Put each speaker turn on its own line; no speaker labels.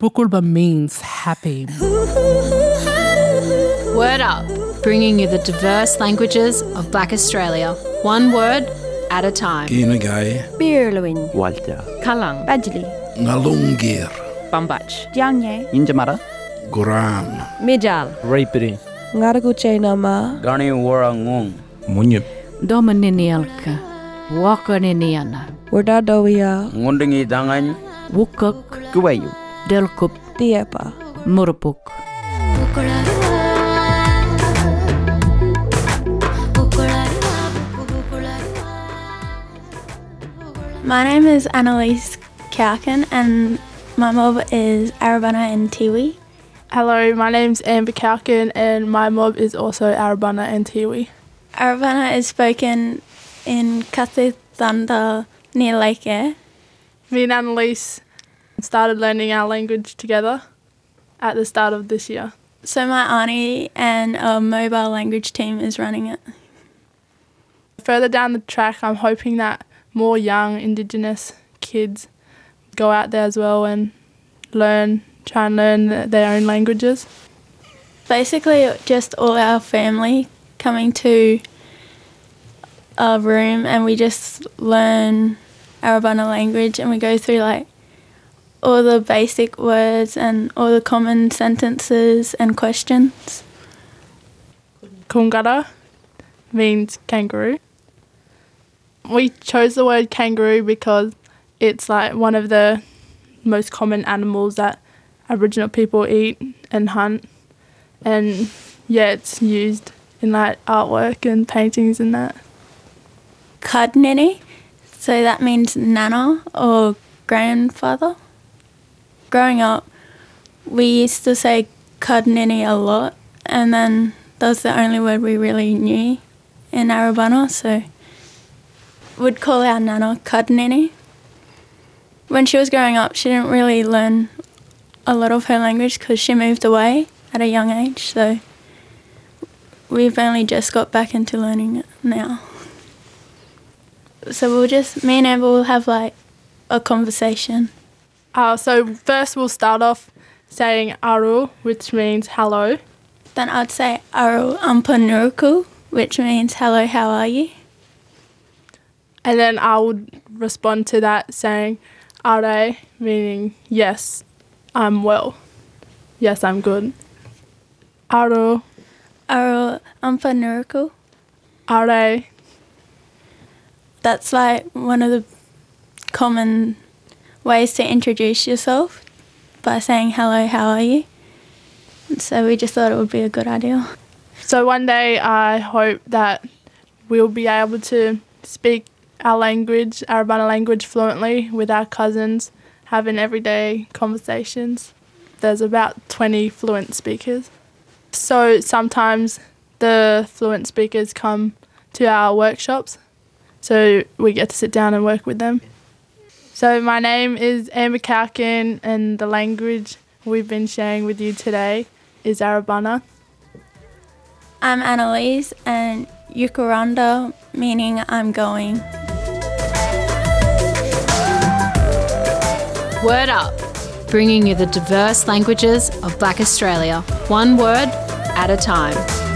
Bukulba means happy.
Word Up, bringing you the diverse languages of Black Australia, one word at a time.
Kinagai,
Birluin,
Walter,
Kalang,
Badgley,
Nalungir,
Bumbach,
Jiangye,
Injamara,
Guram,
Mijal,
Raipiri,
Ngarguche Nama,
Gani Warangung,
Munyip,
Domininialka, Wakaniniana,
Wardadowia,
Ngundingi Dangan,
Wukuk,
Kuwayu,
Delkup,
Diepa.
Murupuk.
My name is Annalise Kauken and my mob is Arabana and Tiwi.
Hello, my name's Amber Kalkin, and my mob is also Arabana and Tiwi.
Arabana is spoken in Kathuthanda near Lake Eyre.
Me and Annalise started learning our language together at the start of this year.
So my auntie and a mobile language team is running it.
Further down the track, I'm hoping that more young Indigenous kids go out there as well and learn, try and learn th- their own languages.
Basically, just all our family coming to a room and we just learn Arabana language and we go through like all the basic words and all the common sentences and questions.
Kungara means kangaroo. We chose the word kangaroo because it's like one of the most common animals that Aboriginal people eat and hunt. And yeah, it's used in like artwork and paintings and that.
Kadnini, so that means nana or grandfather. Growing up, we used to say Kadnini a lot, and then that was the only word we really knew in Arabana, so would call our nana Kadnini. When she was growing up, she didn't really learn a lot of her language because she moved away at a young age, so we've only just got back into learning it now so we'll just me and Amber will have like a conversation.
Uh, so first we'll start off saying aru, which means hello.
Then I'd say Aru Ampanurku, which means hello, how are you?
And then I would respond to that saying are, meaning yes, I'm well. Yes, I'm good. Aru,
Aru Ampanurku.
are,
That's like one of the common ways to introduce yourself by saying hello, how are you? So we just thought it would be a good idea.
So one day I hope that we'll be able to speak our language, Arabana language fluently with our cousins, having everyday conversations. There's about 20 fluent speakers. So sometimes the fluent speakers come to our workshops, so we get to sit down and work with them. So my name is Amber Kalkin and the language we've been sharing with you today is Arabana.
I'm Annalise and Yukaranda, meaning I'm going.
Word Up, bringing you the diverse languages of Black Australia, one word at a time.